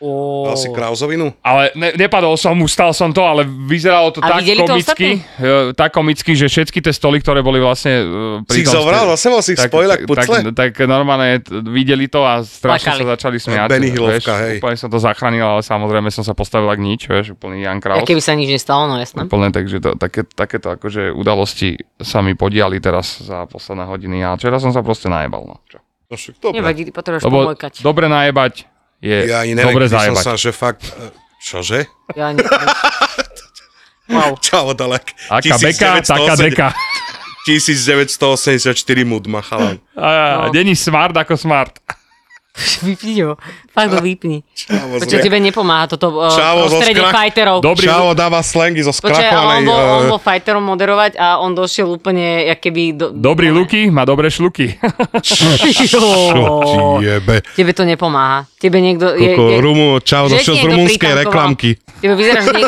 Speaker 3: Oh.
Speaker 2: Dal si krauzovinu?
Speaker 4: Ale ne, nepadol som, ustal som to, ale vyzeralo to
Speaker 3: A
Speaker 4: tak
Speaker 3: videli to
Speaker 4: komicky, e, tak komicky, že všetky tie stoly, ktoré boli vlastne e,
Speaker 2: Si
Speaker 4: pri
Speaker 2: ich
Speaker 4: tom
Speaker 2: zobral?
Speaker 4: ste-
Speaker 2: Vlastne bol si ich spojil ak
Speaker 4: tak,
Speaker 2: pucle?
Speaker 4: tak normálne t- videli to a strašne
Speaker 3: Plakali.
Speaker 4: sa začali smiať.
Speaker 2: Benny
Speaker 4: vieš,
Speaker 2: Hillovka, hej.
Speaker 4: Úplne som to zachránil, ale samozrejme som sa postavil k nič, vieš, úplný Jan Kraus.
Speaker 3: Ja keby sa nič nestalo, no jasné.
Speaker 4: Úplne, takže to, také, takéto akože udalosti sa mi podiali teraz za posledné hodiny a včera som sa proste najebal. No. Čo?
Speaker 2: No však dobre.
Speaker 3: Nevadí, ty potrebuješ
Speaker 4: Lebo
Speaker 3: pomojkať.
Speaker 4: dobre najebať je
Speaker 2: Ja ani neviem,
Speaker 4: dobre
Speaker 2: kde som
Speaker 4: zajebať.
Speaker 2: sa, že fakt... e, Čože?
Speaker 3: Ja ne... wow.
Speaker 2: Čau, Dalek.
Speaker 4: Aká beka, taká
Speaker 2: 1908
Speaker 4: deka.
Speaker 2: 1984 mud ma chalan.
Speaker 4: A,
Speaker 3: No.
Speaker 4: Není smart ako smart.
Speaker 3: Vypni ho. Fakt ho vypni.
Speaker 2: Čavo,
Speaker 3: Čo
Speaker 2: zle.
Speaker 3: tebe nepomáha toto uh,
Speaker 2: No, Čavo zo
Speaker 3: prostredie
Speaker 2: skrach-
Speaker 3: fighterov.
Speaker 4: Dobrý.
Speaker 2: Čavo dáva slangy zo
Speaker 3: Počkaj, ale on
Speaker 2: skrachovanej...
Speaker 3: bol, on
Speaker 2: e,
Speaker 3: bol fighterom moderovať a on došiel úplne, jak keby... Do...
Speaker 4: Dobrý Luky má dobré šluky.
Speaker 2: Čo ti
Speaker 3: Jo.
Speaker 2: jebe?
Speaker 3: Tebe to nepomáha. Tebe niekto... Je,
Speaker 2: Koko,
Speaker 3: je,
Speaker 2: Rumu, čau,
Speaker 3: že
Speaker 2: došiel
Speaker 3: ti
Speaker 2: z
Speaker 3: niekto
Speaker 2: rumunskej
Speaker 3: pritankoval.
Speaker 2: reklamky.
Speaker 3: Tebe vyzeráš... Nie...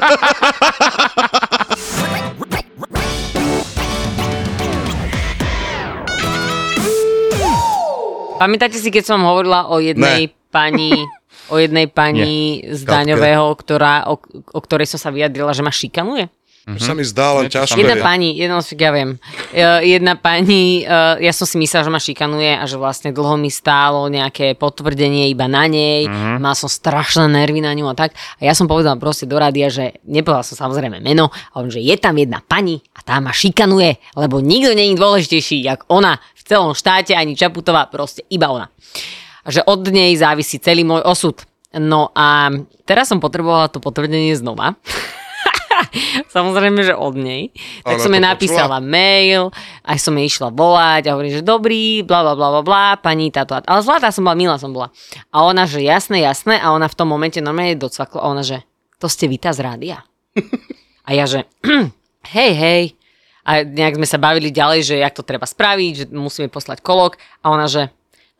Speaker 3: Pamätáte si, keď som vám hovorila o jednej
Speaker 2: Ne.
Speaker 3: pani o jednej pani z
Speaker 2: Katke.
Speaker 3: daňového, ktorá, o, o ktorej som sa vyjadrila, že ma šikanuje?
Speaker 2: To
Speaker 4: Mhm.
Speaker 2: sa mi zdá len ťažko.
Speaker 3: Jedna
Speaker 2: je.
Speaker 3: pani, jedna, ja viem, E, jedna pani, e, ja som si myslela, že ma šikanuje a že vlastne dlho mi stálo nejaké potvrdenie iba na nej, mm-hmm. mal som strašné nervy na ňu a tak. A ja som povedala proste do rádia, že nepovedala som samozrejme meno, a on, že je tam jedna pani a tá ma šikanuje, lebo nikto není dôležitejší, jak ona v celom štáte, ani Čaputová, proste iba ona. A že od nej závisí celý môj osud. No a teraz som potrebovala to potvrdenie znova. Samozrejme, že od nej. Tak
Speaker 2: Ona
Speaker 3: som jej
Speaker 2: to počula?
Speaker 3: napísala mail, aj som jej išla volať a hovorím, že dobrý, bla bla bla bla bla, pani táto. a- Ale zlatá som bola, milá som bola. A ona, že jasné, jasné a ona v tom momente normálne docvakla a ona, že to ste vy tá z rádia. A ja, že hej, hej. A nejak sme sa bavili ďalej, že jak to treba spraviť, že musíme poslať kolok. A ona, že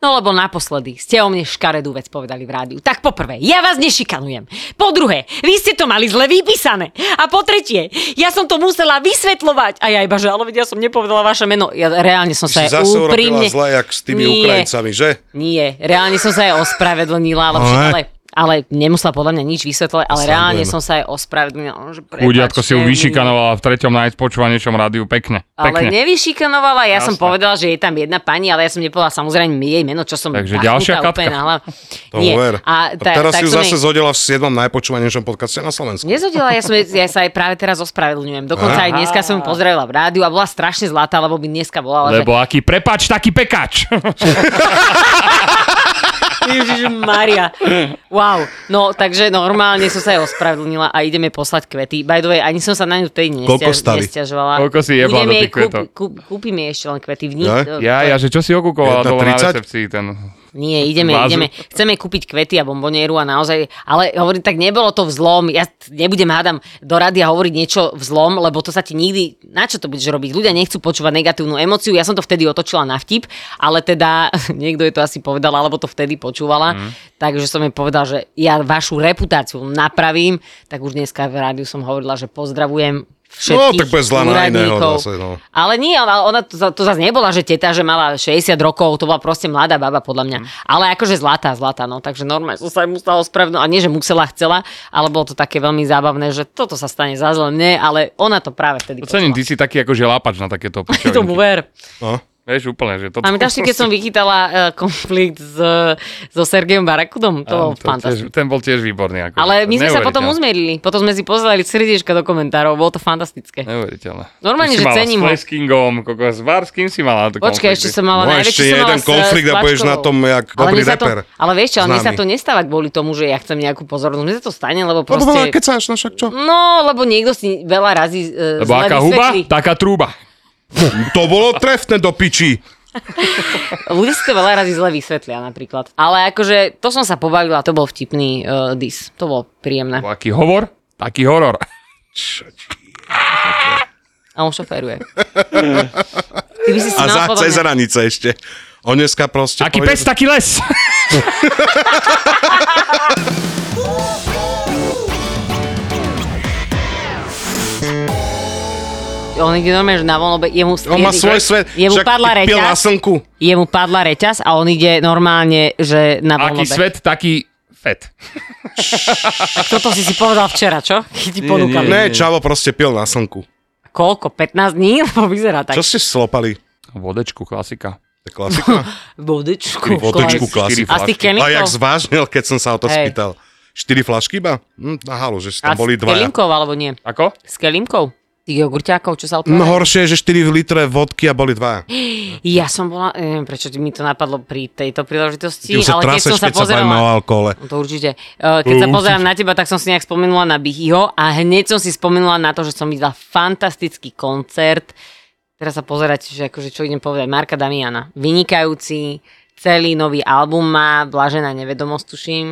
Speaker 3: no lebo naposledy ste o mne škaredú vec povedali v rádiu. Tak poprvé, ja vás nešikanujem. Po druhé, vy ste to mali zle vypísané. A po tretie, ja som to musela vysvetľovať. A ja iba, že ale vedia, som nepovedala vaše meno. Ja reálne som
Speaker 2: Si
Speaker 3: sa aj
Speaker 2: zase urobila
Speaker 3: úprimne...
Speaker 2: zle, jak s tými
Speaker 3: Nie.
Speaker 2: Ukrajincami, že?
Speaker 3: Nie, reálne som sa aj ospravedlnila, ale,
Speaker 2: Ale-
Speaker 3: však, ale, ale nemusela podľa mňa nič vysvetľovať, ale
Speaker 2: Srandujem.
Speaker 3: reálne som sa aj ospravedlnila. že
Speaker 4: Udiatko si
Speaker 3: prepáčte
Speaker 4: ju
Speaker 3: mi.
Speaker 4: vyšikanovala v treťom najspočúvanejšom rádiu. Pekne.
Speaker 3: Ale
Speaker 4: Pekne.
Speaker 3: nevyšikanovala, ja som
Speaker 4: Jasné.
Speaker 3: povedala, že je tam jedna pani, ale ja som nepovedala samozrejme jej meno, čo som
Speaker 4: Takže
Speaker 3: pachnutá
Speaker 4: ďalšia Katka.
Speaker 3: úplne na hlavu.
Speaker 2: To ver.
Speaker 3: A, ta,
Speaker 2: teraz si ju
Speaker 3: som
Speaker 2: zase
Speaker 3: jej-
Speaker 2: zhodila v 7. najpočúvanejšom podcaste na Slovensku.
Speaker 3: Nezhodila, ja, som, jej- ja sa aj práve teraz ospravedlňujem. Dokonca aj dneska som ju pozdravila v rádiu a bola strašne zlatá, lebo by dneska volala,
Speaker 4: Lebo aký prepač, taký pekač.
Speaker 3: že Ježiš Maria. Wow. No, takže normálne som sa aj ospravedlnila a ideme poslať kvety. By the way, ani som sa na ňu tej
Speaker 2: Koľko
Speaker 3: nestia-
Speaker 2: stali?
Speaker 3: nestiažovala.
Speaker 4: Koľko si jebla
Speaker 3: Budem
Speaker 4: do
Speaker 3: jej
Speaker 4: tých kvetov?
Speaker 3: kúp- kúp- Kúpim jej ešte len kvety. V nich,
Speaker 2: Ja?
Speaker 3: eh,
Speaker 4: Ja, ja, že čo si okúkovala dole na
Speaker 2: 1,30?
Speaker 4: recepcii ten...
Speaker 3: Nie, ideme,
Speaker 4: Vázu.
Speaker 3: ideme. Chceme kúpiť kvety a bombonieru a naozaj, ale hovorím, tak nebolo to vzlom. Ja t- nebudem hádam do rady a hovoriť niečo vzlom, lebo to sa ti nikdy, na čo to budeš robiť? Ľudia nechcú počúvať negatívnu emociu. Ja som to vtedy otočila na vtip, ale teda niekto je to asi povedal, alebo to vtedy počúvala.
Speaker 2: Mhm.
Speaker 3: Mm. Takže som jej povedal, že ja vašu reputáciu napravím, tak už dneska v rádiu som hovorila, že pozdravujem všetkých
Speaker 2: No, tak bude zlá na iného
Speaker 3: úradníkov.
Speaker 2: zase, no.
Speaker 3: Ale nie, ona, ona to, za- to zase nebola, že teta, že mala 60 rokov, to bola proste mladá baba podľa
Speaker 2: Mm.
Speaker 3: mňa. Ale akože zlatá, zlatá, no. Takže normálne som sa aj musela ospravedlniť, a nie, že musela, chcela, ale bolo to také veľmi zábavné, že toto sa stane za zle mne, ale ona to práve vtedy
Speaker 4: Ocením, ty si taký akože lápač na takéto
Speaker 3: počula. Tomu
Speaker 4: pičovinky.
Speaker 3: ver.
Speaker 2: No.
Speaker 4: Vieš úplne, že to...
Speaker 3: Pamätáš si, keď som vychytala eh, konflikt s, so Sergejom Barakudom? To bol
Speaker 4: Áno,
Speaker 3: fantastické.
Speaker 4: tiež- Ten bol tiež výborný. Akože.
Speaker 3: Ale my sme sa
Speaker 4: Neuveriteľné.
Speaker 3: potom uzmierili. Potom sme si pozerali srdiečka do komentárov. Bolo to fantastické.
Speaker 4: Neuveriteľné.
Speaker 3: Normálne,
Speaker 4: Ty si
Speaker 3: že
Speaker 4: mala
Speaker 3: cením ho.
Speaker 4: S Fleskingom, koko, s Var, s kým si mala to
Speaker 3: Počkaj,
Speaker 4: konflikty?
Speaker 3: ešte som mala
Speaker 2: No,
Speaker 3: najväčší
Speaker 2: ešte
Speaker 3: som mala s-
Speaker 2: jeden
Speaker 3: e, s
Speaker 2: konflikt a budeš na
Speaker 3: Plačkovou.
Speaker 2: tom jak
Speaker 3: Ale
Speaker 2: dobrý
Speaker 3: mne sa to-
Speaker 2: reper.
Speaker 3: Ale vieš čo, ale mne sa
Speaker 2: Známy.
Speaker 3: to nestáva kvôli tomu, že ja chcem nejakú pozornosť. Mne sa to stane, lebo
Speaker 2: Lebo
Speaker 3: proste...
Speaker 2: keď sa až na však čo?
Speaker 3: No, lebo niekto si veľa razy e,
Speaker 4: Lebo
Speaker 3: zle
Speaker 4: aká huba,
Speaker 3: vysvetlí.
Speaker 4: taká trúba.
Speaker 3: Mm.
Speaker 2: To bolo trefné do piči.
Speaker 3: Ľudia si to veľa razy zle vysvetlia napríklad. Ale akože to som sa pobavila, to bol vtipný uh, dis. To bolo príjemné.
Speaker 4: Lebo aký hovor, taký horor.
Speaker 3: A on šoferuje. Ty by si si mal
Speaker 2: A za,
Speaker 3: No, podľa
Speaker 2: cez
Speaker 3: mňa-
Speaker 2: hranice ešte. On dneska proste...
Speaker 4: Aký
Speaker 2: povedal-
Speaker 4: pes, taký les.
Speaker 3: On ide normálne, že na von, lebo jemu...
Speaker 2: On má svoj svet.
Speaker 3: Jemu
Speaker 2: Však
Speaker 3: padla
Speaker 2: pil na
Speaker 3: reťaz.
Speaker 2: slnku.
Speaker 3: Jemu padla reťaz a on ide normálne, že na von.
Speaker 4: Aký svet, taký Fet.
Speaker 3: Tak toto si si povedal včera, čo? Keď ti
Speaker 4: Nie,
Speaker 3: ponúkam.
Speaker 4: nie.
Speaker 2: Ne, Čavo proste pil na slnku.
Speaker 3: Koľko? 15 dní? Lebo vyzerá tak.
Speaker 2: Čo ste slopali?
Speaker 4: Vodečku, klasika.
Speaker 2: To je klasika.
Speaker 3: Vodečku.
Speaker 2: Vodečku,
Speaker 3: klas. A
Speaker 2: klasiku.
Speaker 3: z tých
Speaker 2: A jak
Speaker 3: kenlinkov?
Speaker 2: zvážnil, keď som sa o to
Speaker 3: Hej.
Speaker 2: spýtal. Štyri flašky iba? Hm, na halu, že si
Speaker 3: A
Speaker 2: tam
Speaker 3: s
Speaker 2: boli dva.
Speaker 3: kelimkov, alebo nie?
Speaker 4: Ako?
Speaker 3: S kelimkou? Tých jogurťákov, čo sa
Speaker 2: No
Speaker 3: otvárajú?
Speaker 2: horšie je, že 4 litre vodky a boli dva.
Speaker 3: Ja som bola, neviem prečo mi to napadlo pri tejto príležitosti,
Speaker 2: Ty už sa
Speaker 3: ale keď som
Speaker 2: traseš,
Speaker 3: sa
Speaker 2: keď sa bavíme o
Speaker 3: pozerala...
Speaker 2: alkohole.
Speaker 3: No To určite. Eh, Keď sa pozerám na teba, tak som si nejak spomenula na Bihyho a hneď som si spomenula na to, že som videla fantastický koncert. Teraz sa pozerať, že akože čo idem povedať. Marka Damiana. Vynikajúci, celý nový album má, Blažená nevedomosť, tuším.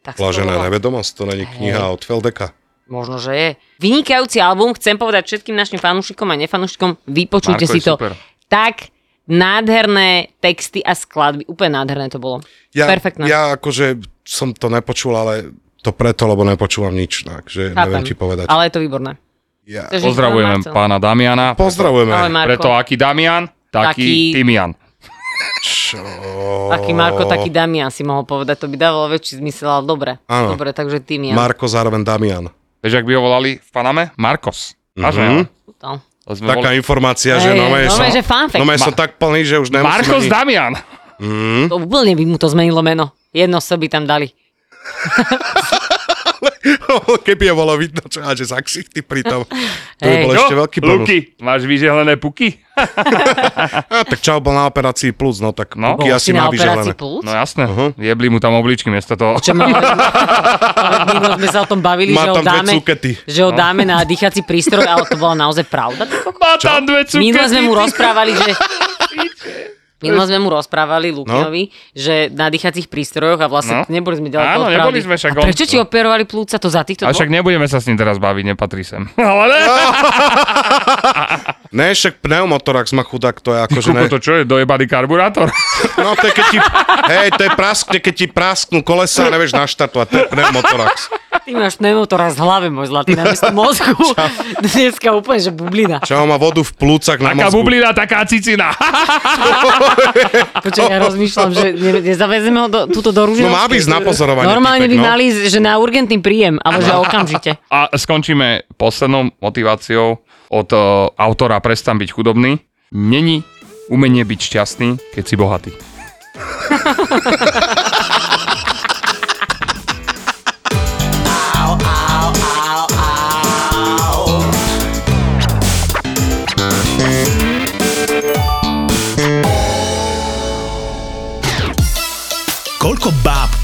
Speaker 3: Tak sa to
Speaker 2: Blažená
Speaker 3: volá.
Speaker 2: nevedomosť, to není kniha od Feldeka.
Speaker 3: Možno, že je. Vynikajúci album, chcem povedať všetkým našim fanúšikom a nefanúšikom, vypočujte
Speaker 4: Marko
Speaker 3: si
Speaker 4: je
Speaker 3: to.
Speaker 4: super.
Speaker 3: Tak nádherné texty a skladby. Úplne nádherné to bolo.
Speaker 2: Ja,
Speaker 3: Perfektné.
Speaker 2: ja akože som to nepočul, ale to preto, lebo nepočúvam nič, no, takže
Speaker 3: Chápem.
Speaker 2: neviem ti povedať.
Speaker 3: Ale je to výborné.
Speaker 2: Ja.
Speaker 3: Takže
Speaker 4: Pozdravujeme
Speaker 3: Marcel.
Speaker 4: pána Damiana.
Speaker 3: Ahoj,
Speaker 2: Pozdravujeme.
Speaker 3: Marko.
Speaker 4: Preto aký Damian,
Speaker 3: Taký-
Speaker 4: taký, Timian.
Speaker 2: Čo?
Speaker 3: Taký Marko, taký Damian si mohol povedať, to by dávalo väčší zmysel, ale dobre.
Speaker 2: Áno.
Speaker 3: Dobre, takže tým ja.
Speaker 2: Marko zároveň Damian.
Speaker 4: Vieš, ak by ho volali v Paname? Marcos. Až
Speaker 2: Mhm.
Speaker 4: mm-hmm.
Speaker 3: To.
Speaker 4: sme
Speaker 2: Taká
Speaker 4: volali...
Speaker 2: informácia,
Speaker 3: Hej,
Speaker 2: že no
Speaker 3: no,
Speaker 2: som,
Speaker 3: že fun fact.
Speaker 2: no, som tak plný, že už nemusím
Speaker 4: Marcos
Speaker 2: ani...
Speaker 4: Damian.
Speaker 2: Mm.
Speaker 3: to úplne by mu to zmenilo meno. Jedno sa by tam dali.
Speaker 2: Keby je bolo vidno, čo že za ksichty pritom. To by
Speaker 3: Hej.
Speaker 2: bol ešte
Speaker 4: Čo?
Speaker 2: veľký bonus.
Speaker 4: Luky, máš vyžehlené puky?
Speaker 2: A, tak čau, bol na operácii plus, no tak
Speaker 4: No.
Speaker 2: Puky
Speaker 3: Bol si
Speaker 2: asi
Speaker 3: na
Speaker 2: má
Speaker 3: operácii
Speaker 2: vyželené.
Speaker 3: plus?
Speaker 4: No jasné,
Speaker 2: Aha.
Speaker 4: uh-huh. jebli mu tam obličky miesto toho.
Speaker 3: Čo my, ale minule sme sa o tom bavili,
Speaker 2: Má
Speaker 3: že ho,
Speaker 2: tam dve
Speaker 3: dáme,
Speaker 2: cukety.
Speaker 3: že ho dáme na dýchací prístroj, ale to bola naozaj pravda. ty kokos?
Speaker 4: Má tam dve No. cukety.
Speaker 3: Minule sme mu rozprávali, že... Minule sme mu rozprávali Lukinovi,
Speaker 2: No.
Speaker 3: že na dýchacích prístrojoch a vlastne
Speaker 4: No.
Speaker 3: neboli sme ďaleko
Speaker 4: Áno,
Speaker 3: od pravdy.
Speaker 4: neboli sme, však
Speaker 3: a
Speaker 4: on- no.
Speaker 3: prečo ti operovali plúca to za týchto
Speaker 4: A však
Speaker 3: dvoch?
Speaker 4: nebudeme sa s ním teraz baviť, nepatrí sem. Ale ne.
Speaker 2: Ne, však pneumotorax má chudák, to je akože... Ne...
Speaker 4: Kuko, to čo je, dojebaný karburátor?
Speaker 2: No to je, keď ti... Hej, to je praskne, keď ti prasknú kolesa, nevieš naštartovať, to je pneumotorax.
Speaker 3: Ty máš pneumotora z hlave, môj zlatý, na miesto mozgu. Dneska úplne, že bublina.
Speaker 2: Čau, má vodu v plúcach na
Speaker 4: Taká
Speaker 2: mozgu.
Speaker 4: bublina, taká cicina.
Speaker 3: Počkaj, ja rozmýšľam, že ne, nezavezeme ho do, túto do rúžia.
Speaker 2: No má byť na pozorovanie,
Speaker 3: Normálne by
Speaker 2: typek, no.
Speaker 3: mali, ísť, že na urgentný príjem, ale že okamžite.
Speaker 4: A skončíme poslednou motiváciou od eh, autora Prestan byť chudobný. Není umenie byť šťastný, keď si bohatý.
Speaker 1: Koľko báb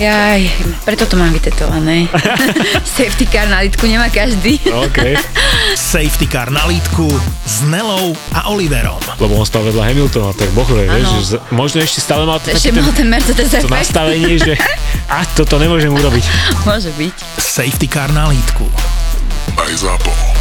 Speaker 5: Jaj, preto to mám vytetované. Safety car na lítku nemá každý.
Speaker 6: No, OK,
Speaker 1: Safety Car na lítku s Nelou a Oliverom.
Speaker 6: lebo on stal vedľa Hamiltona, tak bohle, vieš,
Speaker 5: Áno.
Speaker 6: že z- možno ešte stále mal to,
Speaker 5: Ešte
Speaker 6: taký ten,
Speaker 5: mal ten Mercedes
Speaker 6: to
Speaker 5: efekt.
Speaker 6: nastavenie, že a toto nemôžem urobiť.
Speaker 5: Môže byť.
Speaker 1: Safety Car na lítku.
Speaker 7: Aj zapo.